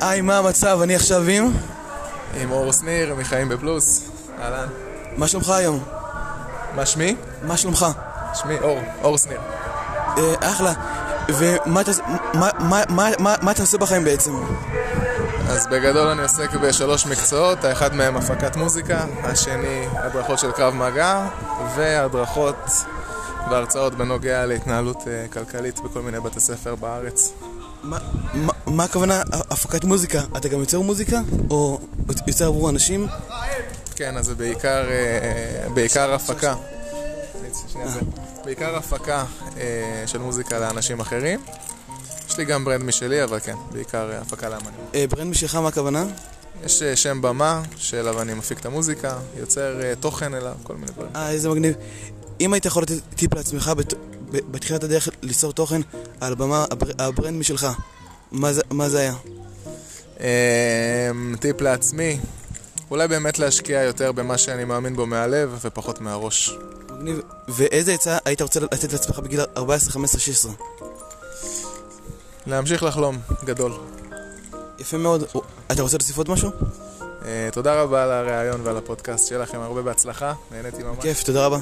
היי, מה המצב? אני עכשיו עם? עם אור שניר, מחיים בפלוס. אהלן. מה שלומך היום? מה שמי? מה שלומך? שמי אור, אור שניר. אה, אחלה. ומה אתה עוש- מה- מה- מה- מה- מה אתה עושה בחיים בעצם? אז בגדול אני עוסק בשלוש מקצועות, האחד מהם הפקת מוזיקה, השני הדרכות של קרב מגע, והדרכות והרצאות בנוגע להתנהלות אה, כלכלית בכל מיני בתי ספר בארץ. מה- מה- מה הכוונה ה- הפקת מוזיקה? אתה גם יוצר מוזיקה? או יוצר עבור אנשים? כן, אז זה בעיקר, אה, בעיקר הפקה. שנייה, זה- בעיקר הפקה אה, של מוזיקה לאנשים אחרים. יש לי גם ברנד משלי, אבל כן, בעיקר אה, הפקה לאמנים. אה, ברנד משלך, מה הכוונה? יש אה, שם במה שאליו אני מפיק את המוזיקה, יוצר אה, תוכן אליו, כל מיני דברים. אה, איזה מגניב. אם היית יכול לתת טיפ לעצמך בת- ב- בתחילת הדרך ליצור תוכן על במה הבר- הברנד משלך, מה זה- מה זה היה? אה, טיפ לעצמי, אולי באמת להשקיע יותר במה שאני מאמין בו מהלב ופחות מהראש. מגניב. ואיזה עצה היית רוצה לתת לעצמך בגיל 14, 15, 16? להמשיך לחלום, גדול. יפה מאוד. או, אתה רוצה להוסיף עוד משהו? אה, תודה רבה על הריאיון ועל הפודקאסט, שיהיה לכם הרבה בהצלחה, נהניתי ממש. כיף, תודה רבה.